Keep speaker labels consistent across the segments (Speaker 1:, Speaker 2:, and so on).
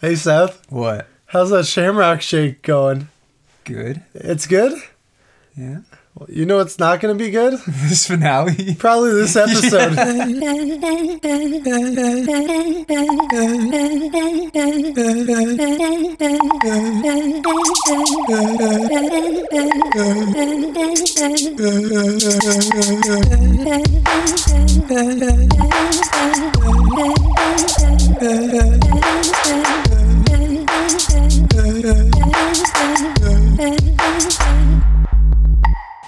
Speaker 1: Hey Seth,
Speaker 2: What?
Speaker 1: how's that Shamrock Shake going?
Speaker 2: Good?
Speaker 1: It's good.
Speaker 2: Yeah.
Speaker 1: You know it's not going to be good.
Speaker 2: This finale?
Speaker 1: Probably this episode.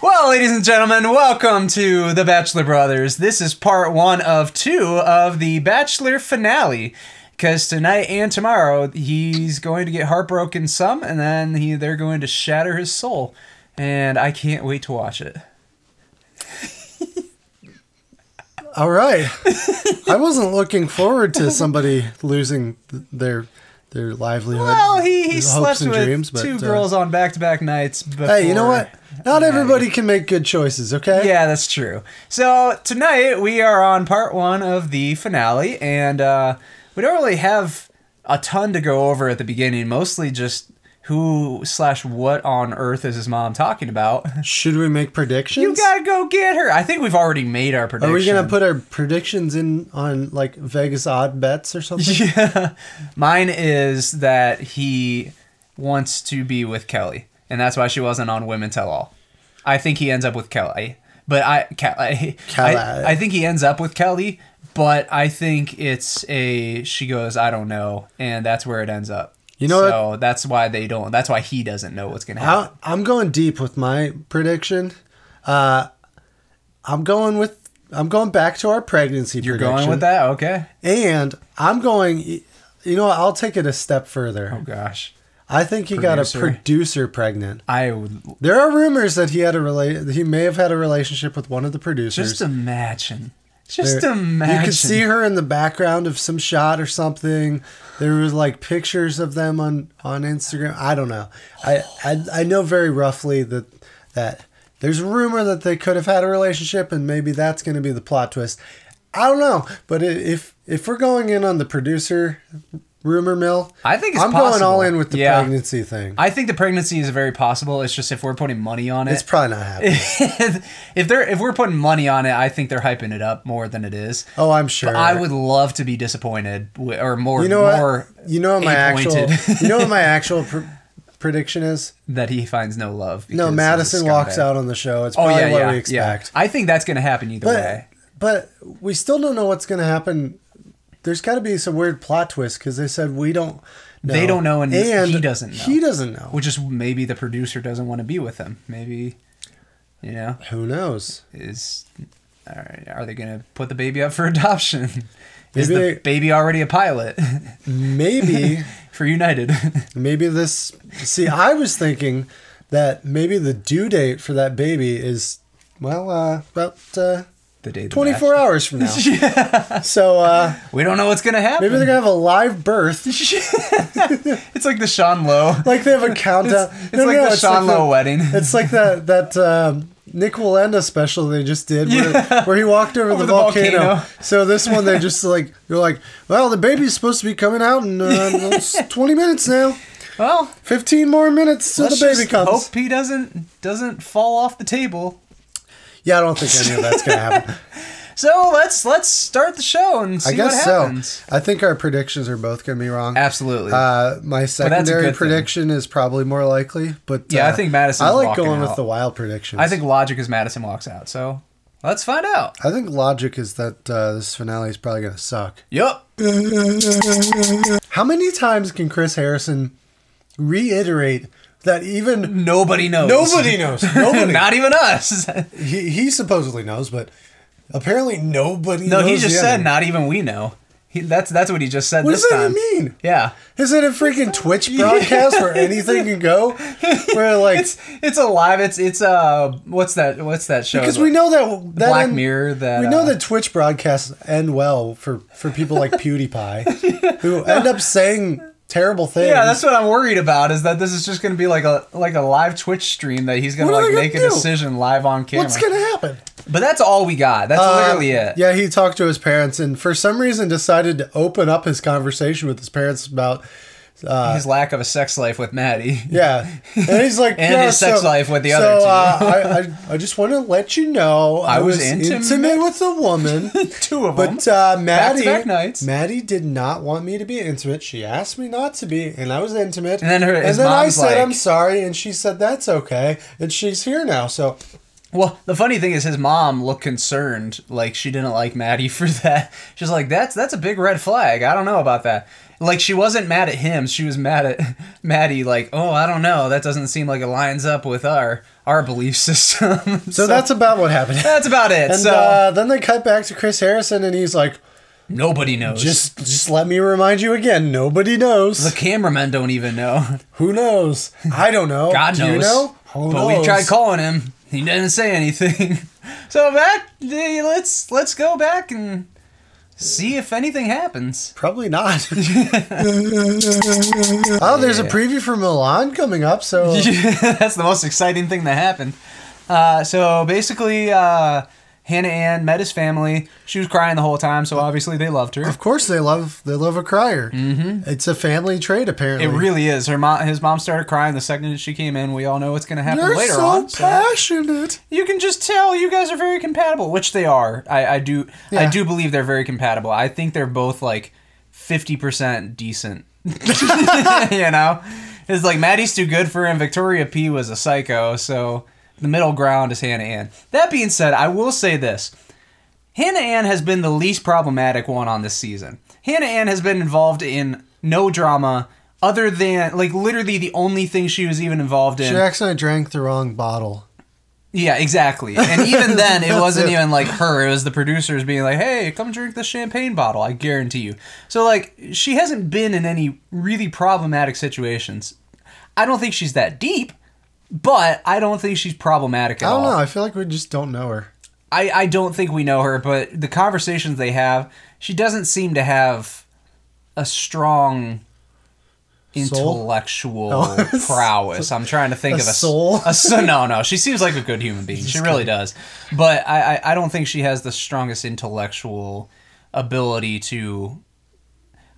Speaker 2: Well, ladies and gentlemen, welcome to The Bachelor Brothers. This is part one of two of the Bachelor finale. Because tonight and tomorrow, he's going to get heartbroken some, and then he, they're going to shatter his soul. And I can't wait to watch it.
Speaker 1: All right. I wasn't looking forward to somebody losing th- their their livelihood.
Speaker 2: Well, he, he
Speaker 1: hopes
Speaker 2: slept
Speaker 1: and
Speaker 2: with
Speaker 1: dreams, but,
Speaker 2: two
Speaker 1: uh,
Speaker 2: girls on back to back nights. Before,
Speaker 1: Hey, you know what? Not everybody can make good choices, okay?
Speaker 2: Yeah, that's true. So tonight we are on part one of the finale, and uh, we don't really have a ton to go over at the beginning. Mostly just who slash what on earth is his mom talking about?
Speaker 1: Should we make predictions?
Speaker 2: You gotta go get her. I think we've already made our prediction.
Speaker 1: Are we gonna put our predictions in on like Vegas odd bets or something?
Speaker 2: Yeah. Mine is that he wants to be with Kelly, and that's why she wasn't on Women Tell All. I think he ends up with Kelly, but I Kelly,
Speaker 1: Kelly.
Speaker 2: I, I think he ends up with Kelly, but I think it's a she goes I don't know, and that's where it ends up.
Speaker 1: You know
Speaker 2: so that's why they don't. That's why he doesn't know what's gonna happen.
Speaker 1: I, I'm going deep with my prediction. Uh, I'm going with I'm going back to our pregnancy.
Speaker 2: You're
Speaker 1: prediction,
Speaker 2: going with that, okay?
Speaker 1: and I'm going. You know, what, I'll take it a step further.
Speaker 2: Oh gosh,
Speaker 1: I think he got a
Speaker 2: Producer.
Speaker 1: producer pregnant.
Speaker 2: I would
Speaker 1: There are rumors that he had a rela- that he may have had a relationship with one of the producers.
Speaker 2: just imagine, just
Speaker 1: There-
Speaker 2: imagine.
Speaker 1: You could see her in the background of some shot or something. There was like pictures of them on on Instagram. I don't know. I I, I know very roughly that that there's a rumor that they could have had a relationship, and maybe that's going to be the plot twist. I don't know, but i- if if we're going in on the producer rumor mill,
Speaker 2: I think it's
Speaker 1: I'm going all
Speaker 2: possible.
Speaker 1: in with the
Speaker 2: Yeah.
Speaker 1: pregnancy thing.
Speaker 2: I think the pregnancy is very possible. It's just if we're putting money on it,
Speaker 1: it's probably not happening.
Speaker 2: if they're if we're putting money on it, I think they're hyping it up more than it is.
Speaker 1: Oh, I'm sure.
Speaker 2: I would love to be disappointed w- or more
Speaker 1: You know what?
Speaker 2: more
Speaker 1: You know what my actual.
Speaker 2: appointed.
Speaker 1: you know what my actual pr- prediction is.
Speaker 2: that he finds no love. because
Speaker 1: No,
Speaker 2: he's a
Speaker 1: Madison walks
Speaker 2: scumbag.
Speaker 1: out on the show. It's
Speaker 2: Oh
Speaker 1: probably
Speaker 2: yeah,
Speaker 1: what
Speaker 2: yeah,
Speaker 1: we
Speaker 2: yeah.
Speaker 1: expect.
Speaker 2: I think that's going to happen either way.
Speaker 1: But but we still don't know what's going to happen. There's got to be some weird plot twist because they said we don't. Know.
Speaker 2: They don't know and he doesn't know.
Speaker 1: He doesn't know.
Speaker 2: Which is maybe the producer doesn't want to be with him. Maybe you know
Speaker 1: Who knows?
Speaker 2: is all right, are they going to put the baby up for adoption? Is
Speaker 1: Maybe
Speaker 2: the
Speaker 1: they-
Speaker 2: baby already a pilot
Speaker 1: Maybe
Speaker 2: for United?
Speaker 1: maybe this. See, I was thinking that maybe the due date for that baby is well uh, about uh,
Speaker 2: the day of the
Speaker 1: 24
Speaker 2: match.
Speaker 1: hours from now. So uh,
Speaker 2: We don't know what's going to happen.
Speaker 1: maybe they're gonna have a live birth.
Speaker 2: It's like the Sean Lowe.
Speaker 1: like they have a countdown.
Speaker 2: It's- it's like the Sean Lowe wedding.
Speaker 1: It's like that that um, Nick Walenda special they just did, where, where he walked over, the,
Speaker 2: the
Speaker 1: volcano.
Speaker 2: volcano.
Speaker 1: So this one they just like you're like, well, the baby's supposed to be coming out in uh, twenty minutes now.
Speaker 2: Well,
Speaker 1: Fifteen more minutes till the
Speaker 2: let's
Speaker 1: baby
Speaker 2: just
Speaker 1: comes.
Speaker 2: hope he doesn't doesn't fall off the table.
Speaker 1: Yeah, I don't think any of that's gonna happen.
Speaker 2: So let's let's start the show and see
Speaker 1: I guess
Speaker 2: what
Speaker 1: so.
Speaker 2: happens.
Speaker 1: I think our predictions are both gonna be wrong.
Speaker 2: Absolutely.
Speaker 1: Uh, my
Speaker 2: that's a good
Speaker 1: secondary
Speaker 2: thing.
Speaker 1: prediction is probably more likely, but
Speaker 2: Yeah, I
Speaker 1: uh,
Speaker 2: think
Speaker 1: I
Speaker 2: Madison's
Speaker 1: like
Speaker 2: walking
Speaker 1: going with
Speaker 2: out.
Speaker 1: the wild predictions.
Speaker 2: I think logic is Madison walks out. So let's find out.
Speaker 1: I think logic is that uh, this finale is probably going to suck.
Speaker 2: Yup.
Speaker 1: How many times can Chris Harrison reiterate that even
Speaker 2: Nobody knows.
Speaker 1: nobody knows? Nobody.
Speaker 2: Not even us.
Speaker 1: he, he supposedly knows, but apparently nobody
Speaker 2: no,
Speaker 1: knows.
Speaker 2: he just
Speaker 1: the
Speaker 2: said
Speaker 1: ending.
Speaker 2: not even we know. He, that's that's what he just said
Speaker 1: What
Speaker 2: this
Speaker 1: does that
Speaker 2: time.
Speaker 1: even mean?
Speaker 2: Yeah.
Speaker 1: Is it a freaking Twitch broadcast where anything can go? Where, like,
Speaker 2: It's it's alive. It's it's uh what's that what's that show?
Speaker 1: because we know that. that
Speaker 2: Black
Speaker 1: end-
Speaker 2: Mirror that
Speaker 1: We know
Speaker 2: uh,
Speaker 1: that Twitch broadcasts end well for, for people like PewDiePie who end up saying terrible things.
Speaker 2: Yeah, that's what I'm worried about. Is that this is just going to be like a like a live Twitch stream that he's going to
Speaker 1: What are
Speaker 2: like
Speaker 1: they
Speaker 2: make
Speaker 1: gonna
Speaker 2: a
Speaker 1: do?
Speaker 2: decision live on camera.
Speaker 1: What's going to happen?
Speaker 2: but that's all we got. That's
Speaker 1: Uh,
Speaker 2: literally it.
Speaker 1: Yeah, he talked to his parents and for some reason decided to open up his conversation with his parents about Uh,
Speaker 2: his lack of a sex life with Maddie.
Speaker 1: yeah, and he's like,
Speaker 2: And
Speaker 1: "Yeah,
Speaker 2: his sex
Speaker 1: so-
Speaker 2: life with the
Speaker 1: so,
Speaker 2: other two."
Speaker 1: uh, I, I, I just want to let you know I,
Speaker 2: was
Speaker 1: was,
Speaker 2: intimate-
Speaker 1: intimate. with a woman,
Speaker 2: Two of them.
Speaker 1: but uh, Maddie,
Speaker 2: Back-to-back nights.
Speaker 1: Maddie did not want me to be intimate. She asked me not to be, and I was intimate.
Speaker 2: And then her- his
Speaker 1: and then I
Speaker 2: mom's
Speaker 1: said,
Speaker 2: like-
Speaker 1: "I'm sorry," and she said, "That's okay," and she's here now. So
Speaker 2: Well, the funny thing is, his mom looked concerned, like she didn't like Maddie for that. She's like, "That's that's a big red flag. I don't know about that." Like she wasn't mad at him; she was mad at Maddie. Like, "Oh, I don't know. That doesn't seem like it lines up with our our belief system." so,
Speaker 1: So, that's about what happened.
Speaker 2: that's about it.
Speaker 1: And
Speaker 2: so
Speaker 1: uh, then they cut back to Chris Harrison, and he's like,
Speaker 2: nobody knows.
Speaker 1: "Just, just let me remind you again. Nobody knows.
Speaker 2: the cameramen don't even know.
Speaker 1: Who knows? I don't know.
Speaker 2: God
Speaker 1: Do
Speaker 2: knows.
Speaker 1: You know? Who
Speaker 2: but
Speaker 1: knows?
Speaker 2: we tried calling him. He didn't say anything. so back, eh, let's let's go back and see if anything happens.
Speaker 1: Probably not. oh, there's a preview for Milan coming up. So
Speaker 2: That's the most exciting thing that happened. Uh, so basically, uh, Hannah Ann met his family. She was crying the whole time, so obviously they loved her.
Speaker 1: of course they love they love a crier. Mm-hmm. It's a family trait apparently.
Speaker 2: It really is. Her mom, his mom started crying the second she came in. We all know what's going to happen
Speaker 1: You're
Speaker 2: later
Speaker 1: so
Speaker 2: on. so-
Speaker 1: passionate.
Speaker 2: you can just tell you guys are very compatible, which they are. I, I do I
Speaker 1: Yeah.
Speaker 2: do believe they're very compatible. I think they're both like fifty percent decent. you know, it's like Maddie's too good for him. Victoria P was a psycho, so the middle ground is Hannah Ann. That being said, I will say this: Hannah Ann has been the least problematic one on this season. Hannah Ann has been involved in no drama other than like literally the only thing she was even involved in
Speaker 1: She accidentally drank the wrong bottle.
Speaker 2: yeah, exactly. And even then, it
Speaker 1: That's
Speaker 2: wasn't
Speaker 1: it.
Speaker 2: even like her. It was the producers being like, "Hey, come drink this champagne bottle. I guarantee you." So like, she hasn't been in any really problematic situations. I don't think she's that deep, but I don't think she's problematic at
Speaker 1: I don't
Speaker 2: all.
Speaker 1: know. I feel like we just don't know her.
Speaker 2: I, I don't think we know her, but the conversations they have, she doesn't seem to have a strong
Speaker 1: Soul?
Speaker 2: intellectual
Speaker 1: Oh.
Speaker 2: prowess. I'm trying to
Speaker 1: A
Speaker 2: think of a s-
Speaker 1: soul?
Speaker 2: A, so- no, no, she seems like a good human being. She really does, but I, I I don't think she has the strongest intellectual ability to.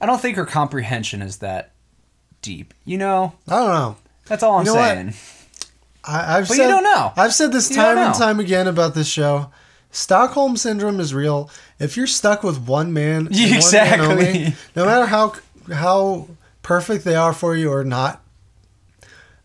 Speaker 2: I don't think her comprehension is that deep. You know,
Speaker 1: I don't know.
Speaker 2: that's all I'm
Speaker 1: You know what?
Speaker 2: saying.
Speaker 1: I, I've
Speaker 2: But you
Speaker 1: said,
Speaker 2: don't know.
Speaker 1: I've said this
Speaker 2: You don't
Speaker 1: time and
Speaker 2: know.
Speaker 1: time again about this show. Stockholm syndrome is real. If you're stuck with one man, and
Speaker 2: Exactly.
Speaker 1: one man only, no matter how how perfect they are for you or not,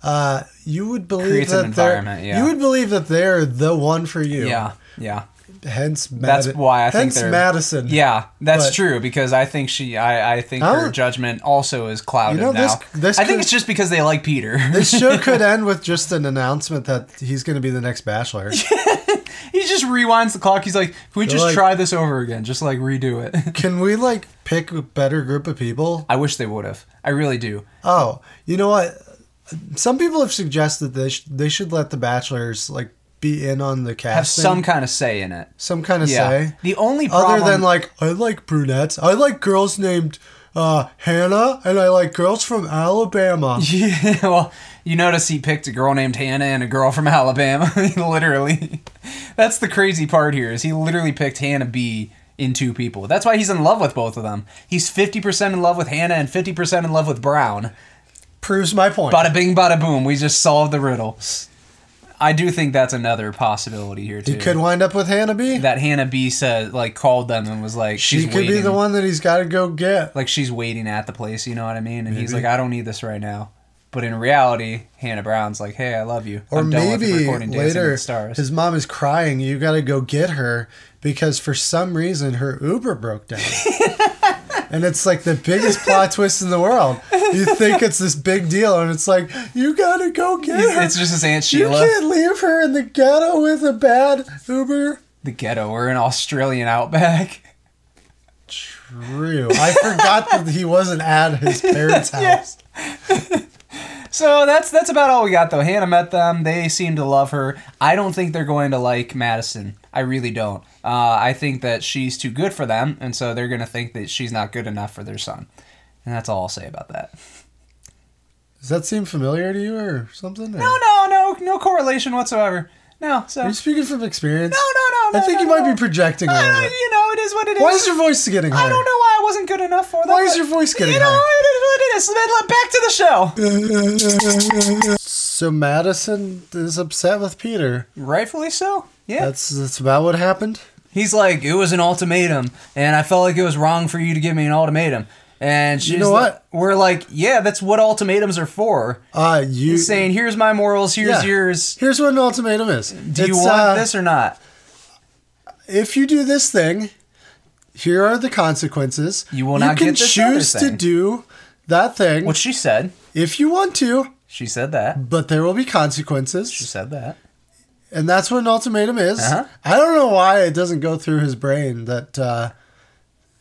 Speaker 1: uh, you would believe
Speaker 2: Creates an
Speaker 1: that they're-
Speaker 2: environment, yeah.
Speaker 1: you would believe that they're the one for you.
Speaker 2: Yeah, yeah.
Speaker 1: Hence,
Speaker 2: That's
Speaker 1: Madi-
Speaker 2: why I think
Speaker 1: hence
Speaker 2: they're
Speaker 1: Madison.
Speaker 2: Yeah, that's
Speaker 1: But-
Speaker 2: true because I think she, I, I think
Speaker 1: I
Speaker 2: her
Speaker 1: don't-
Speaker 2: judgment also is clouded
Speaker 1: You know,
Speaker 2: now.
Speaker 1: this- this
Speaker 2: I think
Speaker 1: could-
Speaker 2: it's just because they like Peter.
Speaker 1: This show could end with just an announcement that he's going to be the next Bachelor.
Speaker 2: he just rewinds the clock. He's like, "Can we just
Speaker 1: like-
Speaker 2: try this over again? Just like redo it."
Speaker 1: Can we like pick a better group of people?
Speaker 2: I wish they would have. I really do.
Speaker 1: Oh, you know what? Some people have suggested they sh- they should let the bachelors like be in on the casting,
Speaker 2: Have some kind of say in it.
Speaker 1: some kind of
Speaker 2: Yeah.
Speaker 1: say,
Speaker 2: The only problem,
Speaker 1: other than like I like brunettes, I like girls named uh, Hannah, and I like girls from Alabama.
Speaker 2: yeah, well, you notice he picked a girl named Hannah and a girl from Alabama. literally, that's the crazy part here is he literally picked Hannah B in two people. That's why he's in love with both of them. He's fifty percent in love with Hannah and fifty percent in love with Brown.
Speaker 1: Proves my point.
Speaker 2: Bada bing, bada boom. We just solved the riddle. I do think that's another possibility here too.
Speaker 1: he could wind up with Hannah B.
Speaker 2: that Hannah B said, like, called them and was like,
Speaker 1: she
Speaker 2: she's
Speaker 1: could
Speaker 2: waiting.
Speaker 1: be the one that he's got to go get.
Speaker 2: Like, she's waiting at the place. You know what I mean? And he's
Speaker 1: Maybe.
Speaker 2: like, I don't need this right now. But in reality, Hannah Brown's like, "Hey, I love you."
Speaker 1: Or
Speaker 2: I'm done with
Speaker 1: maybe
Speaker 2: recording Dancing with
Speaker 1: later,
Speaker 2: the stars.
Speaker 1: his mom is crying. You got to go get her because for some reason her Uber broke down. and it's like the biggest plot twist in the world. You think it's this big deal, and it's like you got to go get her.
Speaker 2: it's just his aunt
Speaker 1: you
Speaker 2: Sheila,
Speaker 1: can't leave her in the ghetto with a bad Uber.
Speaker 2: the ghetto, or an Australian outback.
Speaker 1: True. I forgot that he wasn't at his parents' house.
Speaker 2: So that's that's about all we got though. Hannah met them. They seem to love her. I don't think they're going to like Madison. I really don't. Uh, I think that she's too good for them, and so they're going to think that she's not good enough for their son. And that's all I'll say about that.
Speaker 1: Does that seem familiar to you or something? or-
Speaker 2: No, no, no, no correlation whatsoever. No. So no,
Speaker 1: Are
Speaker 2: no,
Speaker 1: you speaking from experience?
Speaker 2: no, no.
Speaker 1: I think
Speaker 2: no,
Speaker 1: you might
Speaker 2: no.
Speaker 1: be projecting a
Speaker 2: I
Speaker 1: little
Speaker 2: don't,
Speaker 1: bit.
Speaker 2: you know, it is what it is.
Speaker 1: Why is your voice getting higher?
Speaker 2: I don't know why I wasn't good enough for them.
Speaker 1: Why is
Speaker 2: but-
Speaker 1: your voice getting
Speaker 2: You know,
Speaker 1: higher?
Speaker 2: it is what it this, man. let- Back to the show.
Speaker 1: So Madison is upset with Peter.
Speaker 2: Rightfully so. Yeah.
Speaker 1: That's that's about what happened.
Speaker 2: He's like, it was an ultimatum, and I felt like it was wrong for you to give me an ultimatum. And she's
Speaker 1: know
Speaker 2: like-
Speaker 1: what?
Speaker 2: we're like, yeah, that's what ultimatums are for.
Speaker 1: Uh you
Speaker 2: He's saying, here's my morals, here's
Speaker 1: Yeah. uh,
Speaker 2: yours.
Speaker 1: Here's what an ultimatum is.
Speaker 2: Do you want this or not?
Speaker 1: If you do this thing, here are the consequences.
Speaker 2: You will not
Speaker 1: can
Speaker 2: get this other
Speaker 1: choose
Speaker 2: thing.
Speaker 1: to do that thing
Speaker 2: What she said.
Speaker 1: if you want to,
Speaker 2: She said that.
Speaker 1: but there will be
Speaker 2: She
Speaker 1: consequences,
Speaker 2: said that.
Speaker 1: and that's what an ultimatum is.
Speaker 2: Uh-huh.
Speaker 1: I don't know why it doesn't go through his brain that uh,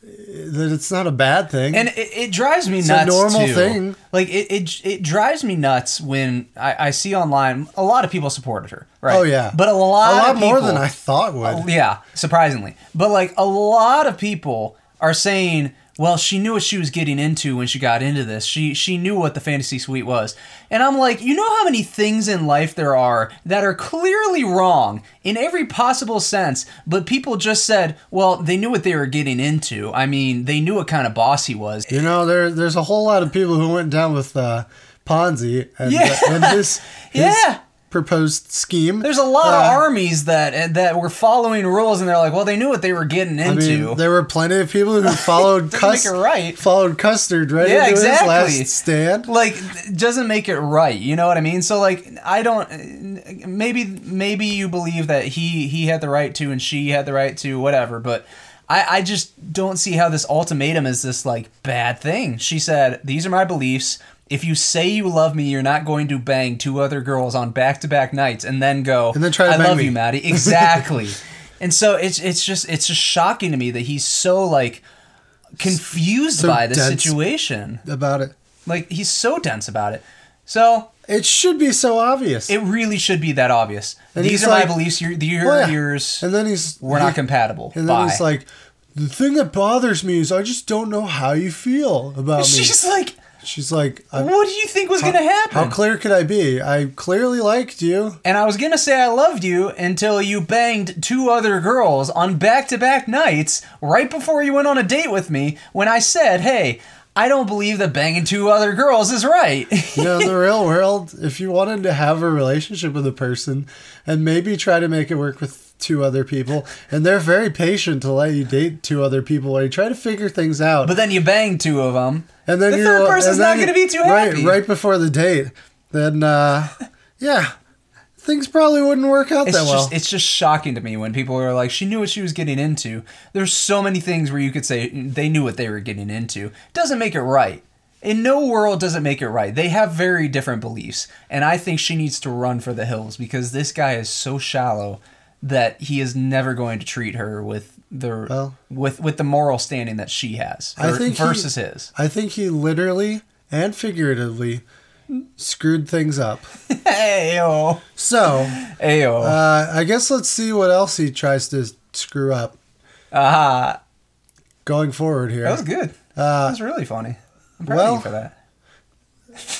Speaker 1: that it's not a bad thing.
Speaker 2: And it, it drives me
Speaker 1: a
Speaker 2: nuts.
Speaker 1: normal
Speaker 2: too.
Speaker 1: thing.
Speaker 2: Like it, it, it drives me nuts when I, I see online a lot of people supported her. Right.
Speaker 1: oh yeah,
Speaker 2: But a lot,
Speaker 1: a lot
Speaker 2: of people, Oh,
Speaker 1: more than I thought would.
Speaker 2: Yeah, surprisingly. But like a lot of people are saying, well, she knew what she was getting into when she got into this. She she knew what the fantasy suite was. And I'm like, you know how many things in life there are that are clearly wrong in every possible sense, but people just said, well, they knew what they were getting into. I mean, they knew what kind of boss he was.
Speaker 1: You know, there there's a whole lot of people who went down with uh, Ponzi and, uh,
Speaker 2: Yeah.
Speaker 1: and his, his
Speaker 2: Yeah.
Speaker 1: proposed scheme.
Speaker 2: There's a lot
Speaker 1: Uh,
Speaker 2: of armies that that were following rules, and they're like, well, they knew what they were getting
Speaker 1: I
Speaker 2: into.
Speaker 1: mean, there were plenty of people who followed
Speaker 2: Doesn't make
Speaker 1: Cus-
Speaker 2: it right.
Speaker 1: followed Custard right
Speaker 2: Yeah,
Speaker 1: into
Speaker 2: exactly.
Speaker 1: his last stand.
Speaker 2: like it doesn't make it right you know what i mean so like i don't maybe maybe you believe that he he had the right to and she had the right to whatever but i i just don't see how this ultimatum is this like bad thing she said these are my beliefs if you say you love me you're not going to bang two other girls on back-to-back nights and then go
Speaker 1: And then try to
Speaker 2: i
Speaker 1: bang
Speaker 2: love
Speaker 1: me."
Speaker 2: you maddie exactly and so it's it's just it's just shocking to me that he's so like confused
Speaker 1: So
Speaker 2: by this
Speaker 1: dense.
Speaker 2: situation
Speaker 1: About it,
Speaker 2: like he's so dense about it. So
Speaker 1: it should be so obvious.
Speaker 2: it really should be that obvious.
Speaker 1: And
Speaker 2: These
Speaker 1: he's
Speaker 2: are
Speaker 1: like,
Speaker 2: my beliefs. Your, your
Speaker 1: Well, yeah.
Speaker 2: yours.
Speaker 1: and then he's
Speaker 2: We're not compatible.
Speaker 1: And then
Speaker 2: Bye.
Speaker 1: he's like, the thing that bothers me is I just don't know how you feel about me.
Speaker 2: she's like,
Speaker 1: She's like, I,
Speaker 2: what do you think was gonna happen?
Speaker 1: how clear could I be? I clearly liked you.
Speaker 2: and I was gonna say I loved you until you banged two other girls on back-to-back nights right before you went on a date with me. When I said, hey. I don't believe that banging two other girls is right.
Speaker 1: you know, in the real world, if you wanted to have a relationship with a person and maybe try to make it work with two other people, and they're very patient to let you date two other people while you try to figure things out.
Speaker 2: but then you bang two of them.
Speaker 1: and then
Speaker 2: the
Speaker 1: you're,
Speaker 2: third person's
Speaker 1: and then
Speaker 2: not going to
Speaker 1: you-
Speaker 2: be too
Speaker 1: right,
Speaker 2: happy.
Speaker 1: Right before the date, then, uh, yeah, things probably wouldn't work out
Speaker 2: It's
Speaker 1: that well.
Speaker 2: just it's just shocking to me when people are like, she knew what she was getting into. There's so many things where you could say they knew what they were getting into. Doesn't make it right. In no world does it make it right. They have very different beliefs, and I think she needs to run for the hills because this guy is so shallow that he is never going to treat her with the
Speaker 1: Well-
Speaker 2: with with the moral standing that she has.
Speaker 1: I
Speaker 2: or-
Speaker 1: think he-
Speaker 2: versus his.
Speaker 1: I think he literally and figuratively screwed things up.
Speaker 2: Ayo,
Speaker 1: So,
Speaker 2: ayo.
Speaker 1: uh, I guess let's see what else he tries to screw up
Speaker 2: Aha.
Speaker 1: going forward here.
Speaker 2: that was good. that was really funny. I'm proud of
Speaker 1: uh, well,
Speaker 2: you for that.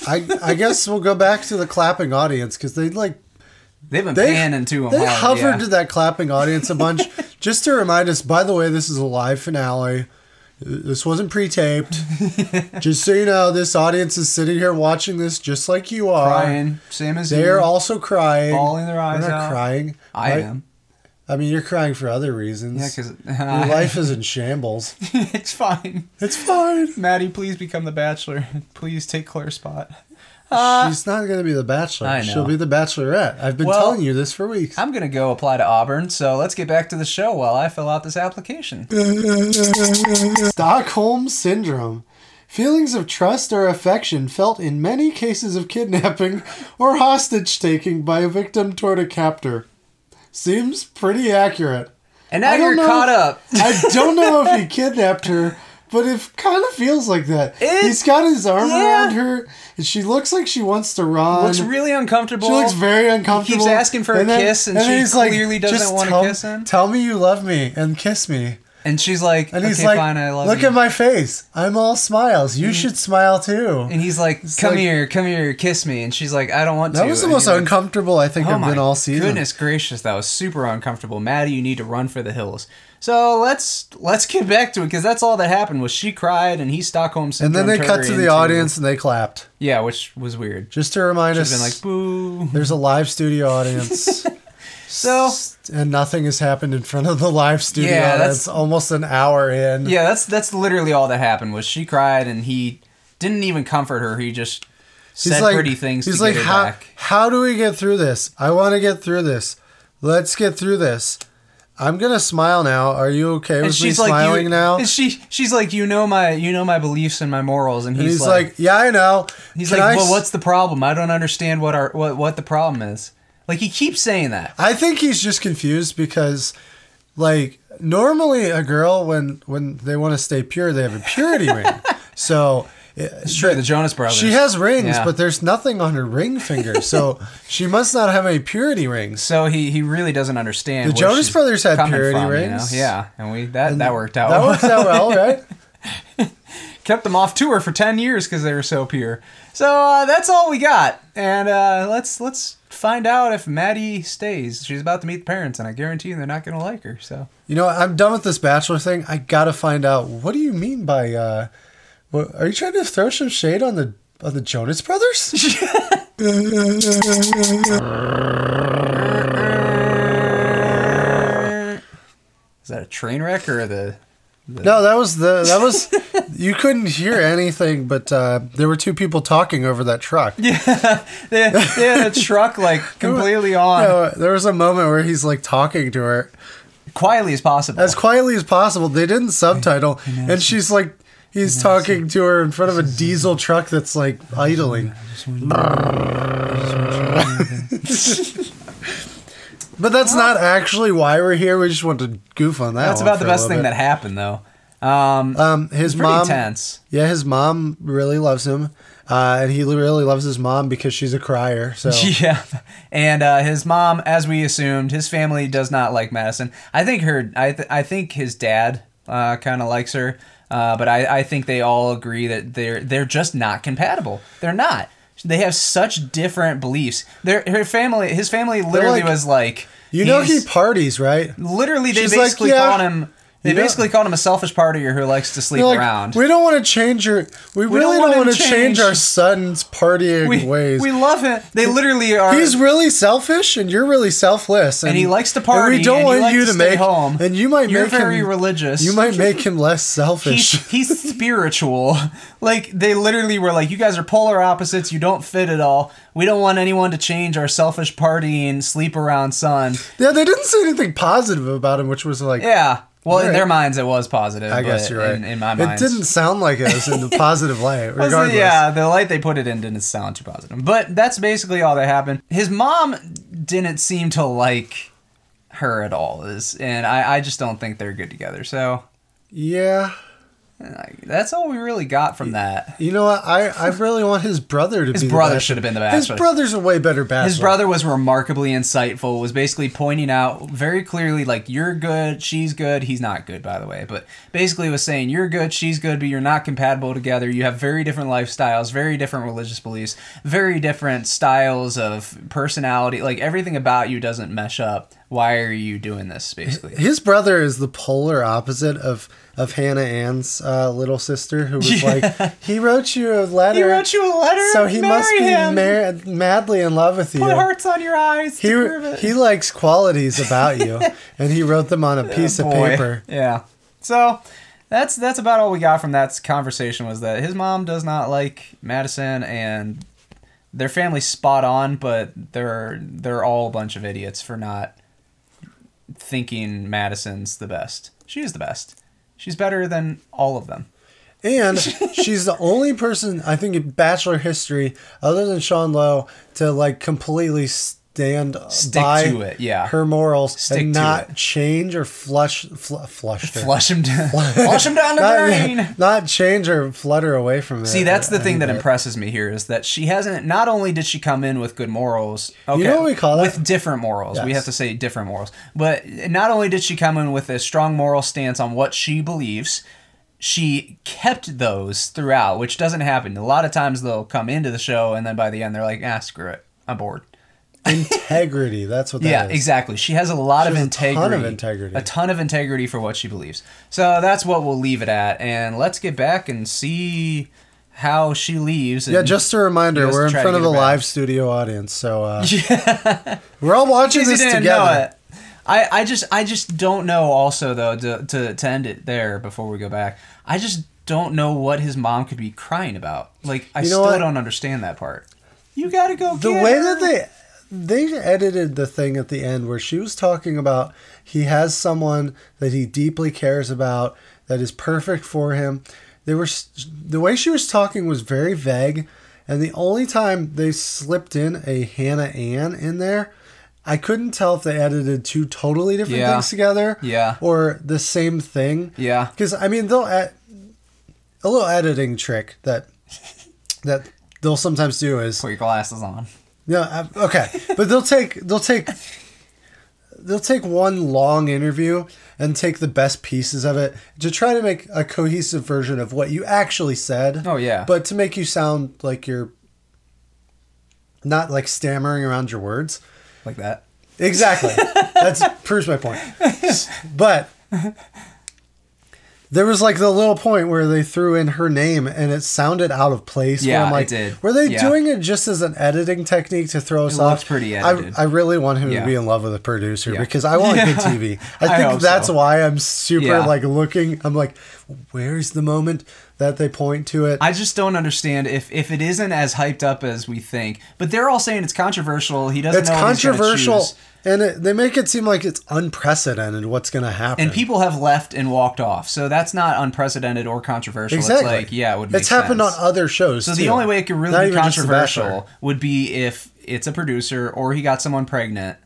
Speaker 1: I, I guess we'll go back to the clapping audience because they like
Speaker 2: They've been
Speaker 1: they
Speaker 2: panning to him.
Speaker 1: they
Speaker 2: hard,
Speaker 1: hovered
Speaker 2: yeah.
Speaker 1: to that clapping audience a bunch just to remind us. By the way, this is a live finale. This wasn't pre-taped. just so you know, this audience is sitting here watching this just like you are.
Speaker 2: crying, same as you.
Speaker 1: They're also crying,
Speaker 2: Bawling their eyes
Speaker 1: They're not
Speaker 2: out.
Speaker 1: crying.
Speaker 2: I
Speaker 1: Right?
Speaker 2: am.
Speaker 1: I mean, you're crying for other reasons.
Speaker 2: Yeah, because
Speaker 1: your life is in shambles.
Speaker 2: it's fine.
Speaker 1: It's fine.
Speaker 2: Maddie, please become the bachelor. Please take Claire's spot.
Speaker 1: She's not going to be the bachelor.
Speaker 2: Uh, I know.
Speaker 1: She'll be the bachelorette. I've been
Speaker 2: Well,
Speaker 1: telling you this for weeks.
Speaker 2: I'm gonna go apply to Auburn. So let's get back to the show while I fill out this application.
Speaker 1: Stockholm Syndrome. Feelings of trust or affection felt in many cases of kidnapping or hostage taking by a victim toward a captor. Seems pretty accurate.
Speaker 2: And now
Speaker 1: I don't
Speaker 2: you're
Speaker 1: know
Speaker 2: caught
Speaker 1: if-
Speaker 2: up.
Speaker 1: I don't know if he kidnapped her, but it kind of feels like that.
Speaker 2: It-
Speaker 1: He's got his arm
Speaker 2: yeah.
Speaker 1: around her, and she looks like she wants to run.
Speaker 2: Looks really uncomfortable.
Speaker 1: she looks very uncomfortable.
Speaker 2: asking for a kiss, and she
Speaker 1: he's
Speaker 2: clearly doesn't
Speaker 1: "Just
Speaker 2: wanna
Speaker 1: tell-
Speaker 2: kiss him."
Speaker 1: Tell me you love me and kiss me.
Speaker 2: And she's like,
Speaker 1: And he's
Speaker 2: okay,
Speaker 1: like,
Speaker 2: fine, I love
Speaker 1: look
Speaker 2: you. Mm.
Speaker 1: at my face. I'm all smiles. You should smile too.
Speaker 2: and he's like, come
Speaker 1: like-
Speaker 2: here, come here, kiss me. And she's like, I don't want to.
Speaker 1: That was the
Speaker 2: And
Speaker 1: most
Speaker 2: he's like,
Speaker 1: uncomfortable I think I've
Speaker 2: Oh my
Speaker 1: been all season.
Speaker 2: Goodness gracious, that was super uncomfortable. Maddie, you need to run for the hills. So let's let's get back to it because that's all that happened was she cried and he Stockholm
Speaker 1: And then
Speaker 2: syndrome.
Speaker 1: they
Speaker 2: turned
Speaker 1: cut
Speaker 2: her
Speaker 1: to the
Speaker 2: into-
Speaker 1: audience and they clapped.
Speaker 2: Yeah, which was weird.
Speaker 1: Just to remind
Speaker 2: Just
Speaker 1: us,
Speaker 2: been like boo.
Speaker 1: there's a live studio audience.
Speaker 2: So
Speaker 1: and nothing has happened in front of the live studio.
Speaker 2: Yeah,
Speaker 1: Yeah,
Speaker 2: that's-
Speaker 1: that's almost an hour in.
Speaker 2: yeah, that's that's literally all that happened was she cried and he didn't even comfort her. He just said pretty things to get her
Speaker 1: how,
Speaker 2: back.
Speaker 1: How do we get through this? I want to get through this. Let's get through this. I'm gonna smile now. Are you okay with
Speaker 2: And
Speaker 1: me
Speaker 2: she's like
Speaker 1: smiling
Speaker 2: you,
Speaker 1: now?
Speaker 2: And she she's like you know my you know my beliefs and my morals. And he's,
Speaker 1: and he's
Speaker 2: like,
Speaker 1: like, yeah, I know.
Speaker 2: he's
Speaker 1: Can
Speaker 2: like
Speaker 1: I
Speaker 2: well
Speaker 1: s-
Speaker 2: what's the problem? I don't understand what our what what the problem is. Like he keeps saying that.
Speaker 1: I think he's just confused because, like, normally a girl when when they want to stay pure, they have a purity ring. So it's
Speaker 2: Sure, the Jonas Brothers.
Speaker 1: She has rings,
Speaker 2: Yeah.
Speaker 1: but there's nothing on her ring finger, so she must not have any purity rings.
Speaker 2: So he, he really doesn't understand.
Speaker 1: The
Speaker 2: where
Speaker 1: Jonas
Speaker 2: she's
Speaker 1: Brothers had
Speaker 2: coming
Speaker 1: purity
Speaker 2: from, you know?
Speaker 1: rings.
Speaker 2: Yeah, and we that, that worked out.
Speaker 1: That works out well, right?
Speaker 2: Kept them off tour for ten years because they were so pure. So uh, that's all we got, and uh, let's let's find out if Maddie stays. She's about to meet the parents, and I guarantee you they're not going to like her. So
Speaker 1: You know, what? I'm done with this bachelor thing. I gotta find out what do you mean by uh, what, are you trying to throw some shade on the on the Jonas Brothers?
Speaker 2: is that a train wreck or the?
Speaker 1: no, that was the that was you couldn't hear anything, but uh, there were two people talking over that truck. Yeah,
Speaker 2: They, they had a truck like completely on
Speaker 1: there was a moment where he's like talking to her
Speaker 2: quietly as possible.
Speaker 1: as quietly as possible. They didn't subtitle, and she's like. He's talking to her in front of a diesel truck that's like idling. But that's not actually why we're here. We just want to goof on that.
Speaker 2: That's
Speaker 1: one
Speaker 2: about
Speaker 1: for
Speaker 2: the
Speaker 1: a
Speaker 2: best
Speaker 1: little
Speaker 2: thing that
Speaker 1: bit.
Speaker 2: happened though. Um,
Speaker 1: Um, his
Speaker 2: pretty
Speaker 1: mom.
Speaker 2: tense.
Speaker 1: Yeah, his mom really loves him, uh, and he really loves his mom because she's a crier. So
Speaker 2: Yeah, and uh, his mom, as we assumed, his family does not like Madison. I think her, I, th- I think his dad uh, kind of likes her, uh, but I, I think they all agree that they're they're just not compatible. They're not. They have such different beliefs. Their her family, his family, literally
Speaker 1: like-
Speaker 2: was like,
Speaker 1: you know he
Speaker 2: he's-
Speaker 1: parties, right?
Speaker 2: literally they
Speaker 1: She's like,
Speaker 2: basically
Speaker 1: "Yeah,
Speaker 2: called him. They
Speaker 1: you know-
Speaker 2: basically called him a selfish partier who likes to sleep
Speaker 1: They're like,
Speaker 2: around.
Speaker 1: We don't want to change your. We, really
Speaker 2: don't want
Speaker 1: don't
Speaker 2: him
Speaker 1: want to
Speaker 2: to
Speaker 1: change
Speaker 2: change."
Speaker 1: our son's partying
Speaker 2: We,
Speaker 1: ways.
Speaker 2: we love him. They literally are.
Speaker 1: He's really selfish, and you're really selfless, and,
Speaker 2: he likes to
Speaker 1: And
Speaker 2: party,
Speaker 1: we don't
Speaker 2: and you
Speaker 1: want
Speaker 2: like
Speaker 1: you
Speaker 2: to
Speaker 1: to,
Speaker 2: stay
Speaker 1: make
Speaker 2: home.
Speaker 1: And you might
Speaker 2: You're
Speaker 1: make
Speaker 2: very
Speaker 1: him,
Speaker 2: religious.
Speaker 1: You might make him less selfish.
Speaker 2: he's, he's spiritual. Like they literally were like, you guys are polar opposites. You don't fit at all. We don't want anyone to change our selfish partying, sleep around son.
Speaker 1: yeah, they didn't say anything positive about him, which was like,
Speaker 2: Yeah. Well, in
Speaker 1: Right.
Speaker 2: their minds, it was positive.
Speaker 1: I guess
Speaker 2: but
Speaker 1: you're right.
Speaker 2: In, in my
Speaker 1: it
Speaker 2: mind,
Speaker 1: didn't sound like it was in the positive light.
Speaker 2: I was
Speaker 1: Regardless,
Speaker 2: like, yeah, the light they put it in didn't sound too positive. But that's basically all that happened. His mom didn't seem to like her at all. Is and I, I just don't think they're good together. So
Speaker 1: yeah.
Speaker 2: like, that's all we really got from that.
Speaker 1: You know what? I, I really want his brother to be. the
Speaker 2: brother
Speaker 1: bachelor.
Speaker 2: should have been the bachelor.
Speaker 1: His brother's a way better bachelor.
Speaker 2: His brother was remarkably insightful. Was basically pointing out very clearly, like you're good, she's good. He's not good, by the way, but basically was saying you're good, she's good, but you're not compatible together. You have very different lifestyles, very different religious beliefs, very different styles of personality. Like everything about you doesn't mesh up. Why are you doing this? Basically,
Speaker 1: His brother is the polar opposite of of Hannah Ann's uh, little sister, who was like, he wrote you a letter.
Speaker 2: he wrote you a letter.
Speaker 1: so he must be
Speaker 2: him.
Speaker 1: mar- madly in love with you.
Speaker 2: Put hearts on your eyes. to prove
Speaker 1: he
Speaker 2: it.
Speaker 1: he likes qualities about you, and he wrote them on a piece of
Speaker 2: Boy.
Speaker 1: paper.
Speaker 2: Yeah. So that's that's about all we got from that conversation was that his mom does not like Madison and their family's spot on, but they're they're all a bunch of idiots for not thinking Madison's the best. She is the best. She's better than all of them.
Speaker 1: And she's the only person I think in Bachelor history, other than Sean Lowe, to like completely s- stand
Speaker 2: Stick
Speaker 1: by
Speaker 2: to it, yeah.
Speaker 1: her morals
Speaker 2: Stick to
Speaker 1: and not
Speaker 2: it.
Speaker 1: change or flush fl- flush her.
Speaker 2: Flush him down. Flush him down the drain.
Speaker 1: not, not change or flutter away from it.
Speaker 2: See, that's the
Speaker 1: I
Speaker 2: thing that
Speaker 1: hate
Speaker 2: impresses me here is that she hasn't. Not only did she come in with good morals, okay,
Speaker 1: know what we call that?
Speaker 2: with different morals. We
Speaker 1: Yes.
Speaker 2: have to say different morals, but not only did she come in with a strong moral stance on what she believes, she kept those throughout, which doesn't happen. A lot of times they'll come into the show and then by the end they're like, ah, screw it, I'm bored.
Speaker 1: integrity. That's what that is.
Speaker 2: yeah, exactly. She has a lot of
Speaker 1: has a
Speaker 2: integrity.
Speaker 1: ton of integrity.
Speaker 2: A ton of integrity for what she believes. So that's what we'll leave it at, and let's get back and see how she leaves.
Speaker 1: Yeah,
Speaker 2: and-
Speaker 1: just a reminder,
Speaker 2: Just
Speaker 1: we're in
Speaker 2: try to
Speaker 1: front of
Speaker 2: get
Speaker 1: a
Speaker 2: her back.
Speaker 1: live studio audience, so uh, we're all watching
Speaker 2: Because
Speaker 1: this
Speaker 2: you didn't know
Speaker 1: together.
Speaker 2: it. I, I just I just don't know. Also though, to, to to end it there before we go back, I just don't know what his mom could be crying about. Like I
Speaker 1: You know
Speaker 2: still
Speaker 1: what?
Speaker 2: don't understand that part. You gotta go.
Speaker 1: The
Speaker 2: get
Speaker 1: way
Speaker 2: her.
Speaker 1: that they they edited the thing at the end where she was talking about he has someone that he deeply cares about that is perfect for him. They were s- the way she was talking was very vague, and the only time they slipped in a Hannah Ann in there, I couldn't tell if they edited two totally different
Speaker 2: Yeah.
Speaker 1: things together,
Speaker 2: Yeah.
Speaker 1: or the same thing,
Speaker 2: Yeah.
Speaker 1: Because I mean, they'll ed- a little editing trick that that they'll sometimes do is
Speaker 2: put your glasses on.
Speaker 1: no, I, okay, but they'll take they'll take they'll take one long interview and take the best pieces of it to try to make a cohesive version of what you actually said.
Speaker 2: Oh, yeah.
Speaker 1: but to make you sound like you're not like stammering around your words.
Speaker 2: Like that.
Speaker 1: Exactly. That's proves my point. But there was like the little point where they threw in her name and it sounded out of place. where
Speaker 2: Yeah,
Speaker 1: I'm
Speaker 2: it
Speaker 1: like,
Speaker 2: did.
Speaker 1: Were they
Speaker 2: Yeah.
Speaker 1: doing it just as an editing technique to throw us
Speaker 2: It
Speaker 1: off?
Speaker 2: looks pretty
Speaker 1: I-
Speaker 2: edited.
Speaker 1: I, really want him
Speaker 2: Yeah.
Speaker 1: to be in love with a producer
Speaker 2: Yeah.
Speaker 1: because I want good TV.
Speaker 2: I
Speaker 1: I think
Speaker 2: hope
Speaker 1: that's
Speaker 2: so.
Speaker 1: why I'm super
Speaker 2: Yeah.
Speaker 1: like looking. I'm like, where's the moment that they point to it?
Speaker 2: I just don't understand if if it isn't as hyped up as we think. But they're all saying it's controversial. He doesn't
Speaker 1: it's
Speaker 2: know. what he's gonna
Speaker 1: controversial.
Speaker 2: choose.
Speaker 1: And it, they make it seem like it's unprecedented what's going to happen.
Speaker 2: And people have left and walked off, so that's not unprecedented or controversial.
Speaker 1: Exactly.
Speaker 2: It's like, yeah, it would make
Speaker 1: It's happened
Speaker 2: sense.
Speaker 1: on other shows.
Speaker 2: So the
Speaker 1: too.
Speaker 2: only way it could really
Speaker 1: Not
Speaker 2: be
Speaker 1: even just The
Speaker 2: controversial
Speaker 1: Bachelor.
Speaker 2: would be if it's a producer or he got someone pregnant.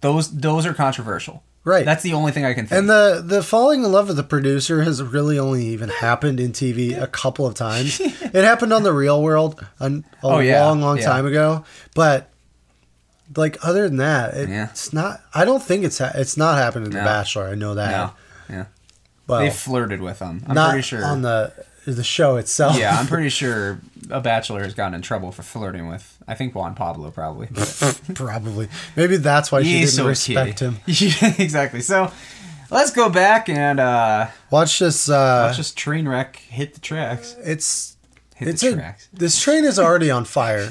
Speaker 2: Those those are controversial.
Speaker 1: Right.
Speaker 2: That's the only thing I can think.
Speaker 1: And the the falling in love with the producer has really only even happened in TV a couple of times. it happened on the Real World an, a
Speaker 2: Oh, yeah.
Speaker 1: long, long
Speaker 2: Yeah.
Speaker 1: time ago, but like other than that, it,
Speaker 2: Yeah.
Speaker 1: it's not. I don't think it's ha- it's not happened in
Speaker 2: No.
Speaker 1: The Bachelor. I know that.
Speaker 2: no. Yeah.
Speaker 1: Well,
Speaker 2: they flirted with him. I'm
Speaker 1: Oh. not
Speaker 2: pretty sure.
Speaker 1: on the the show itself.
Speaker 2: yeah, I'm pretty sure a bachelor has gotten in trouble for flirting with. I think Juan Pablo probably.
Speaker 1: probably. Maybe that's why she didn't
Speaker 2: He's so
Speaker 1: respect
Speaker 2: cute.
Speaker 1: him.
Speaker 2: Yeah, exactly. So let's go back and uh,
Speaker 1: Watch this. Uh,
Speaker 2: let's just train wreck hit the tracks.
Speaker 1: It's
Speaker 2: Hit
Speaker 1: it's
Speaker 2: the
Speaker 1: a,
Speaker 2: tracks.
Speaker 1: this train is already on fire.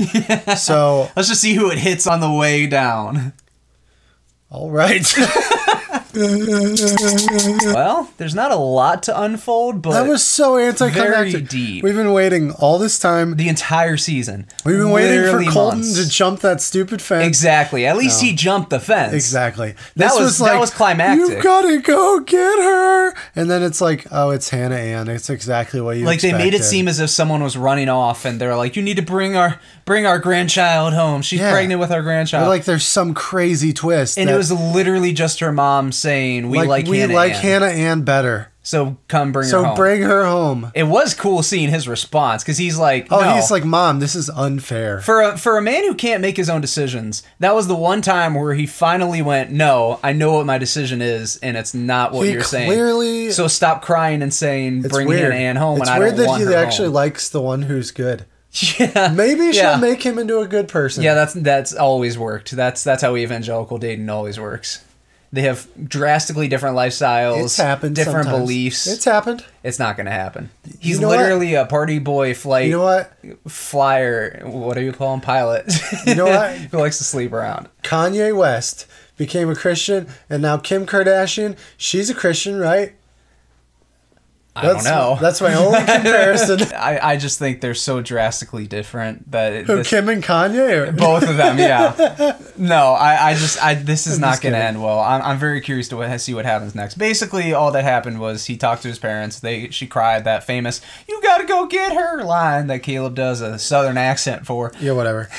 Speaker 1: So
Speaker 2: Let's just see who it hits on the way down.
Speaker 1: all right.
Speaker 2: Well, there's not a lot to unfold, but
Speaker 1: That was so anticlimactic.
Speaker 2: Very deep.
Speaker 1: We've been waiting all this time.
Speaker 2: the entire season.
Speaker 1: We've been waiting for
Speaker 2: Literally
Speaker 1: Colton
Speaker 2: months.
Speaker 1: to jump that stupid fence.
Speaker 2: Exactly. At least he jumped the fence.
Speaker 1: Exactly.
Speaker 2: That
Speaker 1: This
Speaker 2: was- that was climactic.
Speaker 1: You've got to go get her, and then it's like, oh, it's Hannah Ann. It's exactly what you
Speaker 2: Like they made it
Speaker 1: expected.
Speaker 2: seem as if someone was running off, and they're like, "You need to bring our bring our grandchild home. She's
Speaker 1: Yeah.
Speaker 2: pregnant with our grandchild."
Speaker 1: Or like there's some crazy twist.
Speaker 2: and
Speaker 1: that-
Speaker 2: it was literally just her mom saying, "We like,
Speaker 1: we
Speaker 2: Hannah
Speaker 1: like
Speaker 2: Ann,
Speaker 1: Hannah Ann better.
Speaker 2: so come bring her
Speaker 1: So
Speaker 2: home."
Speaker 1: bring her home.
Speaker 2: it was cool seeing his response because he's like,
Speaker 1: Oh,
Speaker 2: no.
Speaker 1: he's like, mom, this is unfair.
Speaker 2: For a, for a man who can't make his own decisions, that was the one time where he finally went, "No, I know what my decision is, and it's not what
Speaker 1: He
Speaker 2: you're saying."
Speaker 1: clearly-
Speaker 2: So stop crying and saying,
Speaker 1: It's
Speaker 2: "Bring
Speaker 1: weird.
Speaker 2: Hannah Ann home,"
Speaker 1: It's
Speaker 2: and I
Speaker 1: weird
Speaker 2: don't
Speaker 1: that
Speaker 2: want
Speaker 1: he
Speaker 2: her
Speaker 1: actually
Speaker 2: home.
Speaker 1: likes the one who's good.
Speaker 2: yeah,
Speaker 1: Maybe
Speaker 2: Yeah.
Speaker 1: she'll make him into a good person.
Speaker 2: yeah. That's that's always worked. That's that's how evangelical dating always works. They have drastically different lifestyles,
Speaker 1: it's happened.
Speaker 2: different
Speaker 1: sometimes.
Speaker 2: beliefs.
Speaker 1: It's
Speaker 2: It's,
Speaker 1: happened.
Speaker 2: not going to happen. He's
Speaker 1: know what?
Speaker 2: literally a party boy, flight
Speaker 1: You know what?
Speaker 2: flyer. What do you call him? Pilot.
Speaker 1: You know what?
Speaker 2: who likes to sleep around?
Speaker 1: Kanye West became a Christian, and now Kim Kardashian, she's a Christian, right?
Speaker 2: I
Speaker 1: That's,
Speaker 2: don't know.
Speaker 1: That's my only comparison.
Speaker 2: I, I just think they're so drastically different that it,
Speaker 1: Who,
Speaker 2: this-
Speaker 1: Kim and Kanye? Or,
Speaker 2: both of them. Yeah. No, I, I just I this is not going
Speaker 1: kidding.
Speaker 2: to end well. I'm, I'm very curious to what, see what happens next. Basically, all that happened was he talked to his parents. They she cried that famous "You got to go get her" line that Caleb does a southern accent for
Speaker 1: yeah, whatever.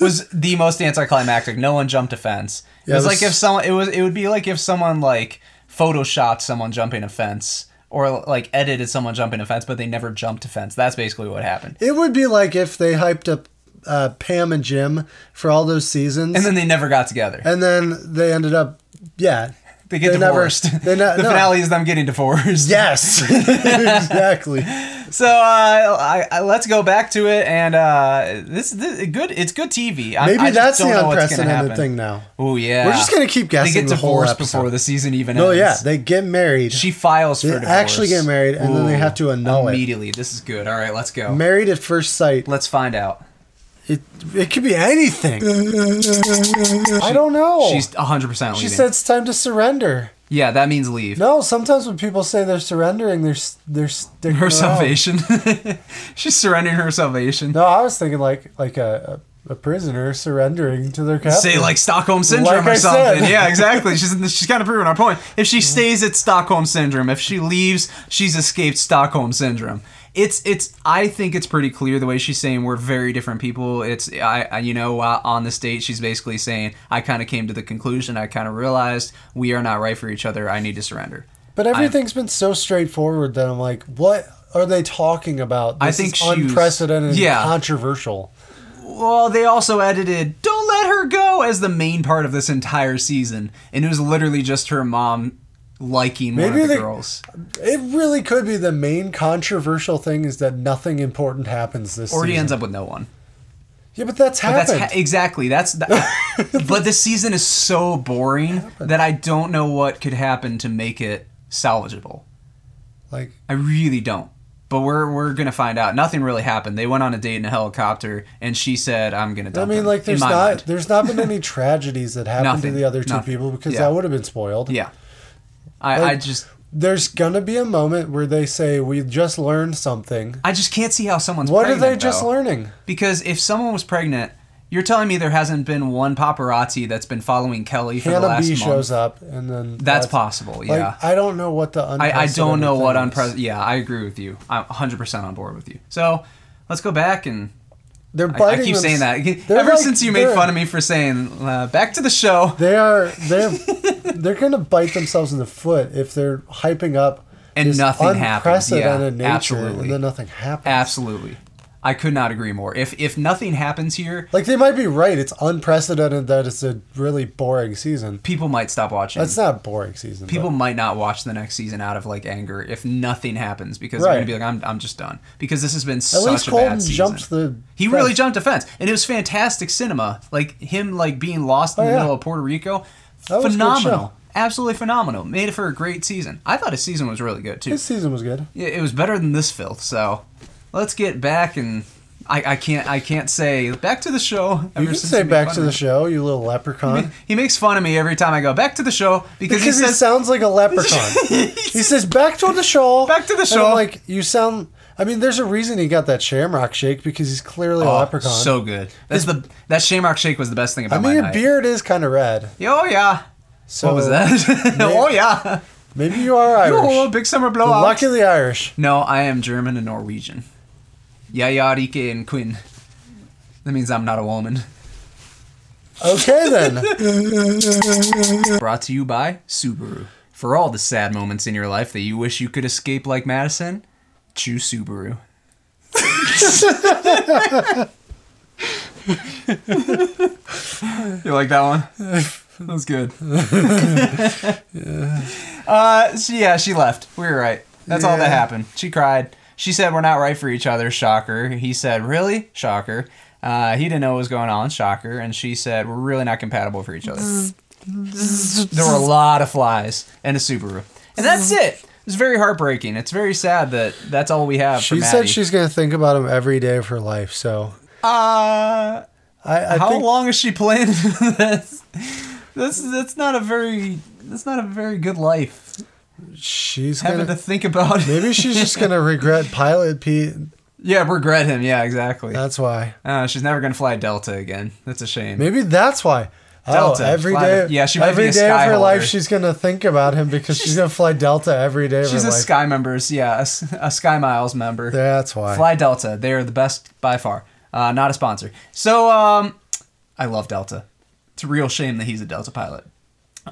Speaker 2: was the most anticlimactic. No one jumped a fence. it
Speaker 1: Yeah,
Speaker 2: was
Speaker 1: it
Speaker 2: like
Speaker 1: was-
Speaker 2: if someone it was it would be like if someone like photoshopped someone jumping a fence or like edited someone jumping a fence, but they never jumped a fence. That's basically what happened.
Speaker 1: It would be like if they hyped up uh, Pam and Jim for all those seasons,
Speaker 2: And then they never got together.
Speaker 1: and then they ended up, yeah,
Speaker 2: They get
Speaker 1: They never-
Speaker 2: divorced.
Speaker 1: they ne-
Speaker 2: the
Speaker 1: no.
Speaker 2: finale is them getting divorced.
Speaker 1: yes, exactly.
Speaker 2: So uh, I, I, let's go back to it, and uh, this, this good. It's good TV. I,
Speaker 1: Maybe
Speaker 2: I just
Speaker 1: that's
Speaker 2: don't
Speaker 1: the
Speaker 2: know what's
Speaker 1: unprecedented
Speaker 2: gonna happen.
Speaker 1: thing now.
Speaker 2: Oh yeah.
Speaker 1: We're just gonna keep
Speaker 2: They
Speaker 1: guessing
Speaker 2: get
Speaker 1: the whole
Speaker 2: divorced
Speaker 1: episode.
Speaker 2: before the season even
Speaker 1: Oh
Speaker 2: ends.
Speaker 1: yeah, they get married.
Speaker 2: She files for
Speaker 1: They
Speaker 2: divorce.
Speaker 1: actually get married, and then they have to annul it.
Speaker 2: immediately. This is good. All right, let's go.
Speaker 1: married at first sight.
Speaker 2: let's find out.
Speaker 1: It it could be anything. I don't know.
Speaker 2: She's 100 percent
Speaker 1: Oh. she
Speaker 2: leaving.
Speaker 1: said it's time to surrender.
Speaker 2: yeah, that means leave.
Speaker 1: No, sometimes when people say they're surrendering, they're s- they're sticking
Speaker 2: Her
Speaker 1: around.
Speaker 2: salvation. She's surrendering her salvation.
Speaker 1: No, I was thinking like like a a, a prisoner surrendering to their captor.
Speaker 2: Say like Stockholm syndrome
Speaker 1: Like
Speaker 2: or
Speaker 1: I said.
Speaker 2: something. Yeah, exactly. She's she's kind of proving our point. If she stays at Stockholm syndrome, if she leaves, she's escaped Stockholm syndrome. It's it's. I think it's pretty clear the way she's saying we're very different people. It's I, I you know uh, on this date she's basically saying I kind of came to the conclusion I kind of realized we are not right for each other. I need to surrender.
Speaker 1: but everything's been so straightforward that I'm like, what are they talking about? This
Speaker 2: I think
Speaker 1: is
Speaker 2: she was-
Speaker 1: unprecedented, and
Speaker 2: yeah.
Speaker 1: controversial.
Speaker 2: Well, they also edited "Don't Let Her Go" as the main part of this entire season, and it was literally just her mom liking one
Speaker 1: Maybe
Speaker 2: of the
Speaker 1: they-
Speaker 2: girls.
Speaker 1: It really could be the main controversial thing is that nothing important happens this
Speaker 2: Or he
Speaker 1: season.
Speaker 2: ends up with no one.
Speaker 1: yeah, but that's
Speaker 2: But
Speaker 1: happened.
Speaker 2: That's ha- exactly that's. The, but this season is so boring that I don't know what could happen to make it salvageable.
Speaker 1: like
Speaker 2: I really don't. But we're we're gonna find out. Nothing really happened. They went on a date in a helicopter, and she said, "I'm gonna."
Speaker 1: I
Speaker 2: Dump
Speaker 1: mean,
Speaker 2: him,"
Speaker 1: like there's
Speaker 2: in my
Speaker 1: not
Speaker 2: mind.
Speaker 1: there's not been any tragedies that happened
Speaker 2: Nothing.
Speaker 1: to the other two
Speaker 2: Nothing.
Speaker 1: people because
Speaker 2: Yeah.
Speaker 1: that would have been spoiled.
Speaker 2: Yeah, I, I
Speaker 1: Like-
Speaker 2: just
Speaker 1: There's gonna be a moment where they say we just learned something.
Speaker 2: I just can't see how someone's.
Speaker 1: What
Speaker 2: pregnant,
Speaker 1: are they just
Speaker 2: though.
Speaker 1: learning?
Speaker 2: Because if someone was pregnant, you're telling me there hasn't been one paparazzi that's been following Kelly for the
Speaker 1: Hannah
Speaker 2: last
Speaker 1: B
Speaker 2: month.
Speaker 1: shows up and then
Speaker 2: That's possible. Yeah.
Speaker 1: Like, I don't know what the
Speaker 2: I, I don't know
Speaker 1: unprecedented thing
Speaker 2: what
Speaker 1: is.
Speaker 2: unprecedented. Yeah, I agree with you. I'm 100% on board with you. So let's go back and.
Speaker 1: They're
Speaker 2: I, I
Speaker 1: biting.
Speaker 2: keep
Speaker 1: them-
Speaker 2: saying that.
Speaker 1: they're
Speaker 2: Ever
Speaker 1: like-
Speaker 2: since you made
Speaker 1: they're-
Speaker 2: fun of me for saying uh, back to the show.
Speaker 1: They are they're they're gonna bite themselves in the foot if they're hyping up
Speaker 2: And
Speaker 1: this
Speaker 2: nothing happens. Yeah,
Speaker 1: unprecedented nature
Speaker 2: absolutely.
Speaker 1: and then nothing happens.
Speaker 2: Absolutely. I could not agree more. If if nothing happens here,
Speaker 1: Like they might be right. It's unprecedented that it's a really boring season.
Speaker 2: people might stop watching.
Speaker 1: That's not a boring season. People
Speaker 2: people might not watch the next season out of like anger if nothing happens because they're
Speaker 1: Right.
Speaker 2: gonna be like, I'm, I'm just done because this has been
Speaker 1: at least
Speaker 2: such a
Speaker 1: Colton
Speaker 2: bad season.
Speaker 1: jumped the.
Speaker 2: He really jumped a fence, and it was fantastic cinema. Like him, like being lost in the
Speaker 1: Oh, yeah.
Speaker 2: middle of Puerto Rico,
Speaker 1: That was a good
Speaker 2: phenomenal,
Speaker 1: show.
Speaker 2: absolutely phenomenal. Made it for a great season. I thought his season was really good too.
Speaker 1: His season was good.
Speaker 2: Yeah, it was better than this filth. So, let's get back and I, I can't I can't say back to the show.
Speaker 1: You
Speaker 2: ever
Speaker 1: can
Speaker 2: since
Speaker 1: say
Speaker 2: made
Speaker 1: back
Speaker 2: fun
Speaker 1: to
Speaker 2: of
Speaker 1: the
Speaker 2: me.
Speaker 1: show, you little leprechaun.
Speaker 2: He makes fun of me every time I go back to the show
Speaker 1: Because
Speaker 2: because, he
Speaker 1: he,
Speaker 2: says
Speaker 1: sounds like a leprechaun. he says, "Back to the show."
Speaker 2: Back to the
Speaker 1: And
Speaker 2: show.
Speaker 1: I'm like you sound. I mean, there's a reason he got that shamrock shake because he's clearly a
Speaker 2: Oh,
Speaker 1: leprechaun.
Speaker 2: So good. That's the that Shamrock Shake was the best thing
Speaker 1: I
Speaker 2: about
Speaker 1: mean,
Speaker 2: my
Speaker 1: your
Speaker 2: night.
Speaker 1: beard is kind of red.
Speaker 2: Oh yeah.
Speaker 1: So
Speaker 2: what was that? oh yeah.
Speaker 1: Maybe you are
Speaker 2: Oh,
Speaker 1: Irish.
Speaker 2: big summer
Speaker 1: The
Speaker 2: blowout.
Speaker 1: luck of the Irish.
Speaker 2: No, I am German and Norwegian. Yaya, Rike, and Quinn. That means I'm not a woman.
Speaker 1: Okay then.
Speaker 2: Brought to you by Subaru. For all the sad moments in your life that you wish you could escape like Madison, choose Subaru. you like that one? That was good. uh, so yeah, she left. We were right. That's all that
Speaker 1: Yeah.
Speaker 2: happened. She cried. She said we're not right for each other. Shocker. He said really. Shocker. Uh, he didn't know what was going on. Shocker. And she said we're really not compatible for each other. there were a lot of flies and a Subaru. And that's it. It's very heartbreaking. It's very sad that that's all we have.
Speaker 1: She
Speaker 2: for
Speaker 1: said
Speaker 2: Maddie.
Speaker 1: she's gonna think about him every day of her life. So I,
Speaker 2: Uh,
Speaker 1: I
Speaker 2: how
Speaker 1: think
Speaker 2: long is she planning this? This that's not a very that's not a very good life.
Speaker 1: She's
Speaker 2: Having to
Speaker 1: gonna.
Speaker 2: think about it.
Speaker 1: maybe she's just gonna regret Pilot Pete.
Speaker 2: yeah, regret him. Yeah, exactly.
Speaker 1: That's why.
Speaker 2: Uh, she's never gonna fly Delta again. That's a shame.
Speaker 1: Maybe that's why.
Speaker 2: Delta,
Speaker 1: oh, every
Speaker 2: fly
Speaker 1: day.
Speaker 2: to- yeah, she might be
Speaker 1: every
Speaker 2: a
Speaker 1: day of her
Speaker 2: skyholder.
Speaker 1: life, she's gonna think about him because she's gonna fly Delta every day of
Speaker 2: She's
Speaker 1: her
Speaker 2: a
Speaker 1: life.
Speaker 2: Sky members. Yeah, a, S- a Sky Miles member.
Speaker 1: That's why.
Speaker 2: Fly Delta. They are the best by far. Uh, not a sponsor. So um, I love Delta. It's a real shame that he's a Delta pilot.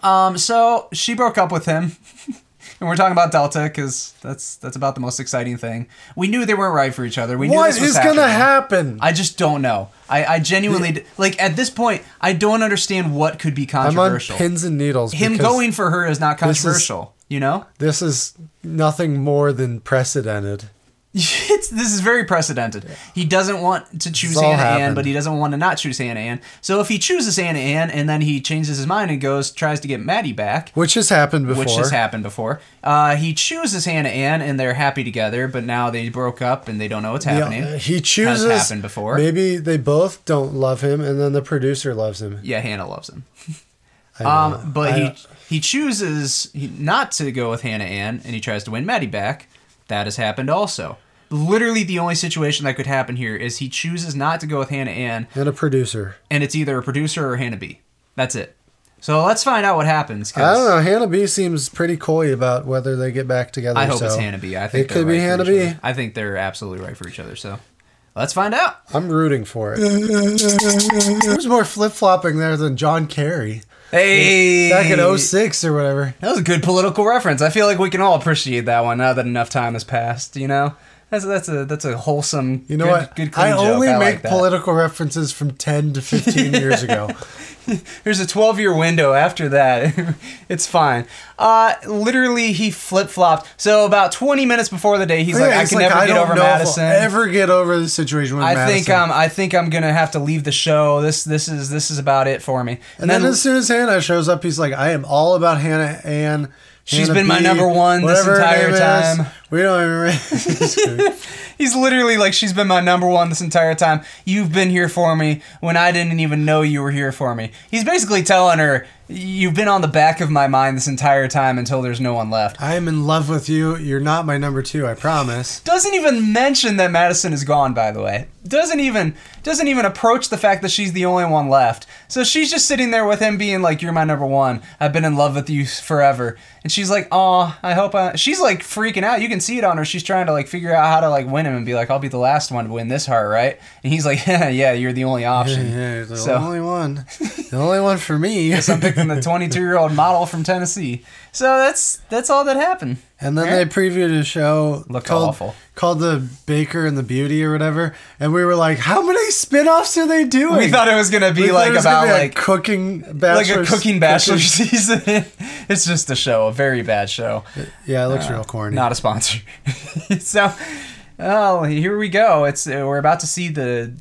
Speaker 2: Um, so she broke up with him, and we're talking about Delta because that's that's about the most exciting thing. We knew they weren't right for each other. We knew
Speaker 1: What
Speaker 2: this was
Speaker 1: is gonna
Speaker 2: happening.
Speaker 1: happen?
Speaker 2: I just don't know. I, I genuinely d- like at this point. I don't understand what could be
Speaker 1: I'm on
Speaker 2: controversial.
Speaker 1: pins and needles.
Speaker 2: Him
Speaker 1: because
Speaker 2: going for her is not
Speaker 1: this is-
Speaker 2: controversial. you know.
Speaker 1: This is nothing more than precedented.
Speaker 2: it's, this is very precedented. He doesn't want to choose
Speaker 1: all
Speaker 2: Hannah Ann,
Speaker 1: happened.
Speaker 2: but he doesn't want to not choose Hannah Ann. So if he chooses Hannah Ann and then he changes his mind and goes tries to get Maddie back,
Speaker 1: Which has happened before.
Speaker 2: which has happened before, uh, he chooses Hannah Ann and they're happy together. But now they broke up and they don't know what's
Speaker 1: Yeah,
Speaker 2: happening.
Speaker 1: uh, he chooses.
Speaker 2: Has happened before.
Speaker 1: Maybe they both don't love him, and then the producer loves him.
Speaker 2: Yeah, Hannah loves him.
Speaker 1: I know.
Speaker 2: Um, but
Speaker 1: I
Speaker 2: he
Speaker 1: don't-
Speaker 2: he chooses he- not to go with Hannah Ann, and he tries to win Maddie back. That has happened also. Literally, the only situation that could happen here is he chooses not to go with Hannah Ann,
Speaker 1: and a producer.
Speaker 2: and it's either a producer or Hannah B. That's it. So let's find out what happens. 'cause
Speaker 1: I don't know. Hannah B seems pretty coy about whether they get back together.
Speaker 2: I hope it's
Speaker 1: so
Speaker 2: Hannah B. I think
Speaker 1: it
Speaker 2: they're
Speaker 1: could be
Speaker 2: right for
Speaker 1: Hannah
Speaker 2: each
Speaker 1: B.
Speaker 2: other. I think they're absolutely right for each other. So let's find out.
Speaker 1: I'm rooting for it. There's more flip flopping there than John Kerry
Speaker 2: Hey,
Speaker 1: back in 06 or whatever.
Speaker 2: That was a good political reference. I feel like we can all appreciate that one now that enough time has passed. You know, that's that's a that's a wholesome.
Speaker 1: You know
Speaker 2: good,
Speaker 1: what?
Speaker 2: Good clean
Speaker 1: I
Speaker 2: joke.
Speaker 1: only
Speaker 2: I
Speaker 1: make
Speaker 2: like that.
Speaker 1: political references from 10 to 15 years ago.
Speaker 2: There's a 12 year window after that. it's fine. Uh, literally, he flip flopped. So about 20 minutes before the day, he's like,
Speaker 1: Yeah,
Speaker 2: I
Speaker 1: it's
Speaker 2: can never get
Speaker 1: don't
Speaker 2: over
Speaker 1: know if I'll
Speaker 2: Madison.
Speaker 1: Ever get over the situation with
Speaker 2: I
Speaker 1: Madison?
Speaker 2: think um I think I'm gonna have to leave the show. This this is this is about it for me.
Speaker 1: And then, as soon as Hannah shows up, he's like, "I am all about Hannah Ann."
Speaker 2: She's
Speaker 1: Hannah
Speaker 2: been my
Speaker 1: B,
Speaker 2: number one this
Speaker 1: whatever her
Speaker 2: entire
Speaker 1: name is.
Speaker 2: time."
Speaker 1: We don't even.
Speaker 2: He's literally like, she's been my number one this entire time. You've been here for me when I didn't even know you were here for me. He's basically telling her, you've been on the back of my mind this entire time until there's no one left.
Speaker 1: I am in love with you. You're not my number two. I promise.
Speaker 2: Doesn't even mention that Madison is gone, by the way. Doesn't even doesn't even approach the fact that she's the only one left. So she's just sitting there with him, being like, "You're my number one. I've been in love with you forever." And she's like, "Aw, I hope I." She's like freaking out. You can see it on her. She's trying to like figure out how to like win him and be like, "I'll be the last one to win this heart, right?" And he's like, "Yeah, yeah, you're the only option."
Speaker 1: Yeah, you're the
Speaker 2: so
Speaker 1: only one. The only one for me.
Speaker 2: I'm picking the 22 year old model from Tennessee. So that's that's all that happened.
Speaker 1: And then they previewed a show
Speaker 2: Looked
Speaker 1: called,
Speaker 2: awful.
Speaker 1: called The Baker and the Beauty or whatever. And we were like, how many spin offs are they doing?
Speaker 2: We thought it was gonna be
Speaker 1: We thought
Speaker 2: like
Speaker 1: it was
Speaker 2: about
Speaker 1: gonna be a
Speaker 2: like
Speaker 1: cooking
Speaker 2: like
Speaker 1: bachelor.
Speaker 2: a cooking bachelor season. it's just a show, a very bad show.
Speaker 1: Yeah, it looks real corny.
Speaker 2: Uh, Not a sponsor. so, oh, here we go. It's uh, we're about to see the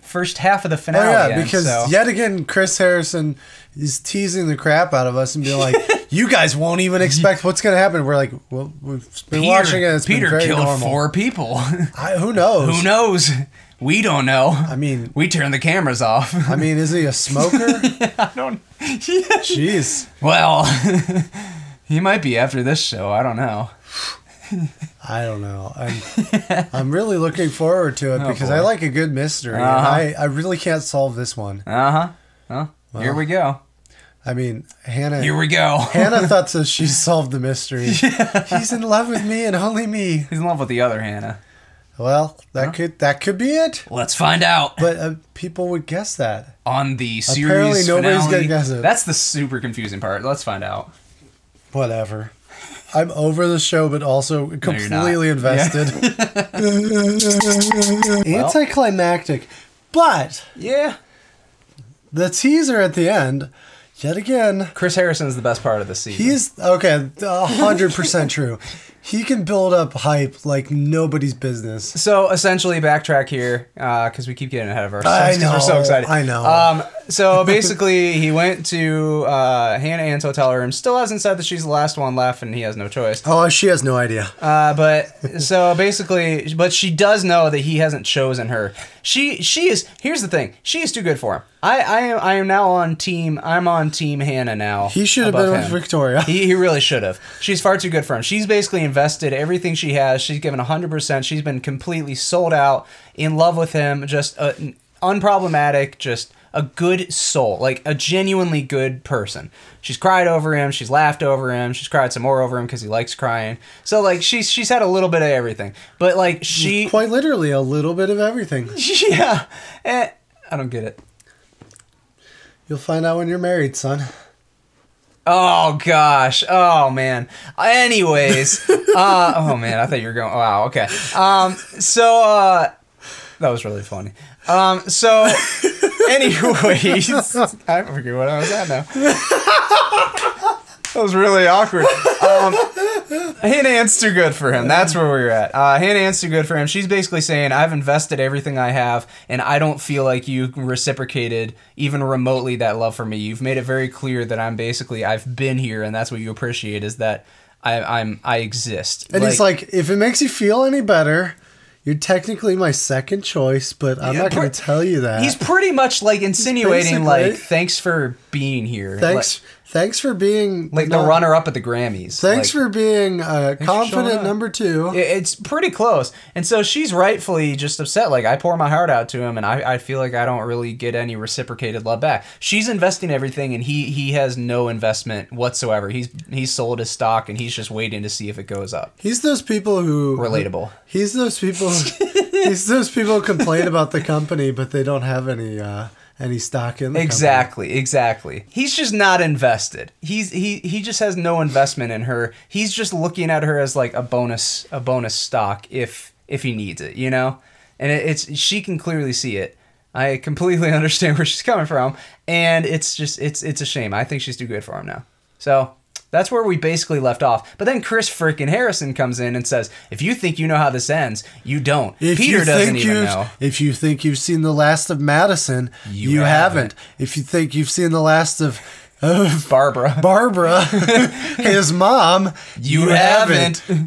Speaker 2: first half of the
Speaker 1: Oh
Speaker 2: finale.
Speaker 1: yeah,
Speaker 2: end,
Speaker 1: because
Speaker 2: so-
Speaker 1: yet again, Chris Harrison is teasing the crap out of us and being like, "You guys won't even expect what's going to happen." We're like, "Well, we've been
Speaker 2: Peter,
Speaker 1: watching it. It's
Speaker 2: Peter
Speaker 1: been very
Speaker 2: killed
Speaker 1: normal.
Speaker 2: four people.
Speaker 1: I, who knows?
Speaker 2: Who knows? We don't know. I
Speaker 1: mean-
Speaker 2: we turned the cameras off.
Speaker 1: I mean, is he a smoker?
Speaker 2: I don't. Yeah.
Speaker 1: Jeez,
Speaker 2: Well, he might be after this show. I don't know.
Speaker 1: I don't know. I'm, I'm really looking forward to it because I
Speaker 2: Oh, boy.
Speaker 1: like a good mystery. and
Speaker 2: Uh-huh.
Speaker 1: I, I really can't solve this one.
Speaker 2: Uh huh. Well, here we go.
Speaker 1: I mean, Hannah.
Speaker 2: Here we go.
Speaker 1: Hannah thought that she solved the mystery. He's in love with me and only me.
Speaker 2: He's in love with the other Hannah.
Speaker 1: Well, that could that could be it.
Speaker 2: Let's find out.
Speaker 1: But uh, people would guess that.
Speaker 2: on the series
Speaker 1: Apparently nobody's
Speaker 2: finale.
Speaker 1: gonna guess it.
Speaker 2: That's the super confusing part. Let's find out.
Speaker 1: whatever. I'm over the show, but also completely
Speaker 2: not.
Speaker 1: invested. Anticlimactic, but
Speaker 2: Yeah.
Speaker 1: the teaser at the end, yet again,
Speaker 2: Chris Harrison is the best part of the season.
Speaker 1: he's okay. a hundred percent true. He can build up hype like nobody's business.
Speaker 2: So essentially, backtrack here because we keep getting ahead of ourselves.
Speaker 1: I
Speaker 2: 'cause We're so
Speaker 1: know,
Speaker 2: excited.
Speaker 1: I know.
Speaker 2: Um, so basically, he went to uh, Hannah Ann's hotel room. Still hasn't said that she's the last one left, and he has no choice.
Speaker 1: Oh, she has no idea.
Speaker 2: Uh, but so basically, but she does know that he hasn't chosen her. She she is. Here's the thing. She is too good for him. I I am I am now on team. I'm on team Hannah now.
Speaker 1: He should have
Speaker 2: above
Speaker 1: been with
Speaker 2: him.
Speaker 1: Victoria.
Speaker 2: He, he really should have. She's far too good for him. She's basically invested everything she has. She's given 100%. She's been completely sold out, in love with him, just a, an unproblematic, just a good soul, like a genuinely good person. She's cried over him. She's laughed over him. She's cried some more over him because he likes crying. So, like, she's, she's had a little bit of everything. But, like, she.
Speaker 1: Quite literally, a little bit of everything.
Speaker 2: Yeah. Eh, I don't get it.
Speaker 1: You'll find out when you're married, son.
Speaker 2: Oh gosh. Oh man. Anyways, uh, oh man, I thought you were going. Wow. Okay. Um. So uh, that was really funny. Um. So, anyways, I forget what I was at now. that was really awkward. Um. Hannah Ant's too good for him. That's where we were at. Uh, Hannah Ant's too good for him. She's basically saying, I've invested everything I have, and I don't feel like you reciprocated even remotely that love for me. You've made it very clear that I'm basically, I've been here, and that's what you appreciate is that I, I'm, I exist.
Speaker 1: And he's like, if it makes you feel any better, you're technically my second choice, but I'm
Speaker 2: Yeah,
Speaker 1: not going
Speaker 2: pr-
Speaker 1: to tell you that.
Speaker 2: he's pretty much like insinuating, like,
Speaker 1: basically-
Speaker 2: thanks for being here.
Speaker 1: thanks, thanks for being
Speaker 2: Like, like the
Speaker 1: not-
Speaker 2: runner up at the Grammys.
Speaker 1: Thanks
Speaker 2: Like-
Speaker 1: for being uh,
Speaker 2: for showing
Speaker 1: confident
Speaker 2: up.
Speaker 1: number two.
Speaker 2: It- It's pretty close. And so she's rightfully just upset. Like, I pour my heart out to him, and I, I feel like I don't really get any reciprocated love back. She's investing everything, and he he has no investment whatsoever. He's he's sold his stock, and he's just waiting to see if it goes up.
Speaker 1: He's those people who
Speaker 2: Relatable.
Speaker 1: He's those people. he's those people who complain about the company, but they don't have any uh, any stock in the
Speaker 2: Exactly, exactly. He's just not invested. He's he he just has no investment in her. He's just looking at her as like a bonus a bonus stock if if he needs it, you know? And it, it's she can clearly see it. I completely understand where she's coming from, and it's just it's it's a shame. I think she's too good for him now. So that's where we basically left off. But then Chris freaking Harrison comes in and says, "If you think you know how this ends, you don't.
Speaker 1: If
Speaker 2: Peter
Speaker 1: you
Speaker 2: doesn't
Speaker 1: think
Speaker 2: even
Speaker 1: you've,
Speaker 2: know."
Speaker 1: If you think you've seen the last of Madison,
Speaker 2: You
Speaker 1: you,
Speaker 2: haven't.
Speaker 1: haven't. If you think you've seen the last of, of
Speaker 2: Barbara.
Speaker 1: Barbara, his mom,
Speaker 2: You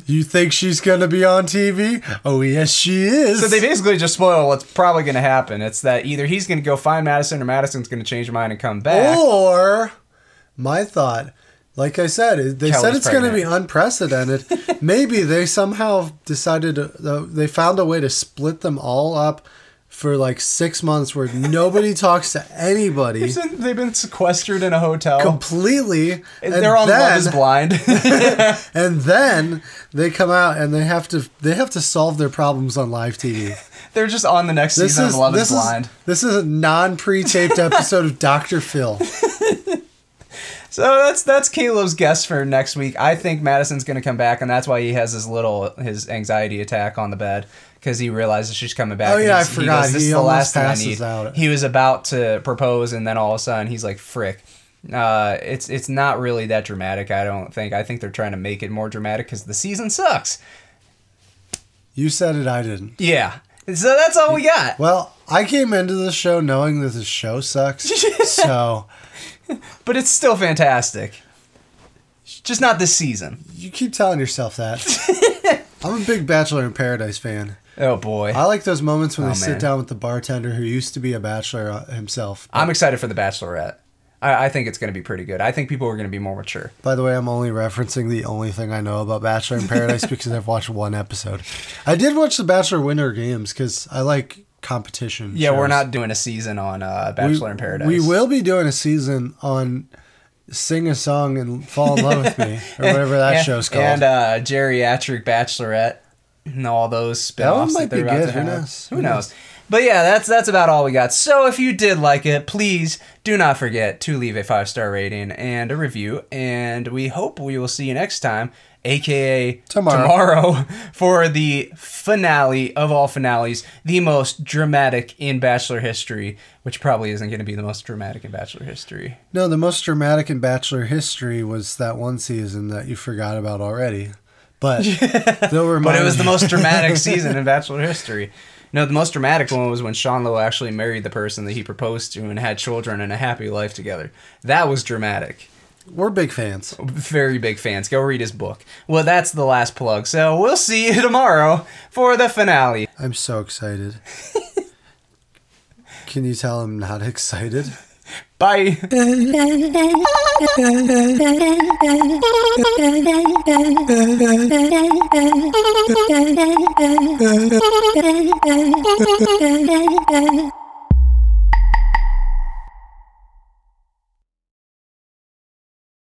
Speaker 1: You think she's gonna be on TV? Oh yes, she is.
Speaker 2: So they basically just spoil what's probably going to happen. It's that either he's going to go find Madison or Madison's going to change her mind and come back.
Speaker 1: Oh! Or my thought, like I said, is- they said
Speaker 2: Kelly's
Speaker 1: it's going to be unprecedented. Maybe they somehow decided to, uh, they found a way to split them all up for like six months where nobody talks to anybody
Speaker 2: They've been sequestered in a hotel.
Speaker 1: completely. And
Speaker 2: They're on
Speaker 1: then,
Speaker 2: Love is Blind.
Speaker 1: And then they come out and they have to they have to solve their problems on live TV.
Speaker 2: They're just on the next
Speaker 1: This
Speaker 2: season
Speaker 1: is
Speaker 2: of Love is
Speaker 1: this
Speaker 2: Blind.
Speaker 1: is this is a non pre-taped episode of Doctor Phil.
Speaker 2: So that's that's Caleb's guess for next week. I think Madison's going to come back, and that's why he has his little his anxiety attack on the bed because he realizes she's coming back.
Speaker 1: Oh,
Speaker 2: and
Speaker 1: yeah,
Speaker 2: he's-
Speaker 1: I forgot.
Speaker 2: goes, this
Speaker 1: He
Speaker 2: is the
Speaker 1: almost
Speaker 2: last thing I
Speaker 1: passes
Speaker 2: need.
Speaker 1: out.
Speaker 2: He was about to propose, and then all of a sudden he's like, "Frick." Uh, it's it's not really that dramatic. I don't think. I think they're trying to make it more dramatic because the season sucks.
Speaker 1: You said it, I didn't.
Speaker 2: Yeah. So that's all we got.
Speaker 1: Well, I came into this show knowing that the show sucks. so
Speaker 2: But it's still fantastic. Just not this season.
Speaker 1: you keep telling yourself that. I'm a big Bachelor in Paradise fan.
Speaker 2: Oh boy.
Speaker 1: I like those moments when
Speaker 2: Oh,
Speaker 1: they
Speaker 2: man.
Speaker 1: sit down with the bartender who used to be a bachelor uh, himself.
Speaker 2: I'm excited for The Bachelorette. I, I think it's going to be pretty good. I think people are going to be more mature.
Speaker 1: By the way, I'm only referencing the only thing I know about Bachelor in Paradise because I've watched one episode. I did watch the Bachelor Winter Games because I like competition.
Speaker 2: Yeah, we're
Speaker 1: shows.
Speaker 2: not doing a season on uh, Bachelor
Speaker 1: we,
Speaker 2: in Paradise.
Speaker 1: We will be doing a season on Sing a Song and Fall in Love with Me or whatever that
Speaker 2: And-
Speaker 1: show's called.
Speaker 2: And uh, geriatric Bachelorette and all those
Speaker 1: That one
Speaker 2: spin-offs that,
Speaker 1: might
Speaker 2: they're
Speaker 1: be
Speaker 2: about
Speaker 1: good.
Speaker 2: to
Speaker 1: Who
Speaker 2: have.
Speaker 1: knows?
Speaker 2: Who
Speaker 1: Who
Speaker 2: knows? But yeah, that's that's about all we got. So if you did like it, please do not forget to leave a five star rating and a review. And we hope we will see you next time, aka
Speaker 1: Tomorrow.
Speaker 2: tomorrow for the finale of all finales, the most dramatic in Bachelor history, which probably isn't going to be the most dramatic in Bachelor history.
Speaker 1: No, the most dramatic in Bachelor history was that one season that you forgot about already. but they'll remind
Speaker 2: But it was the
Speaker 1: me.
Speaker 2: most dramatic season in Bachelor history. No, the most dramatic one was when Sean Lowe actually married the person that he proposed to and had children and a happy life together. That was dramatic.
Speaker 1: We're big fans.
Speaker 2: Very big fans. Go read his book. Well, that's the last plug. So we'll see you tomorrow for the finale.
Speaker 1: I'm so excited. Can you tell I'm not excited?
Speaker 2: Bye.
Speaker 3: Thank you.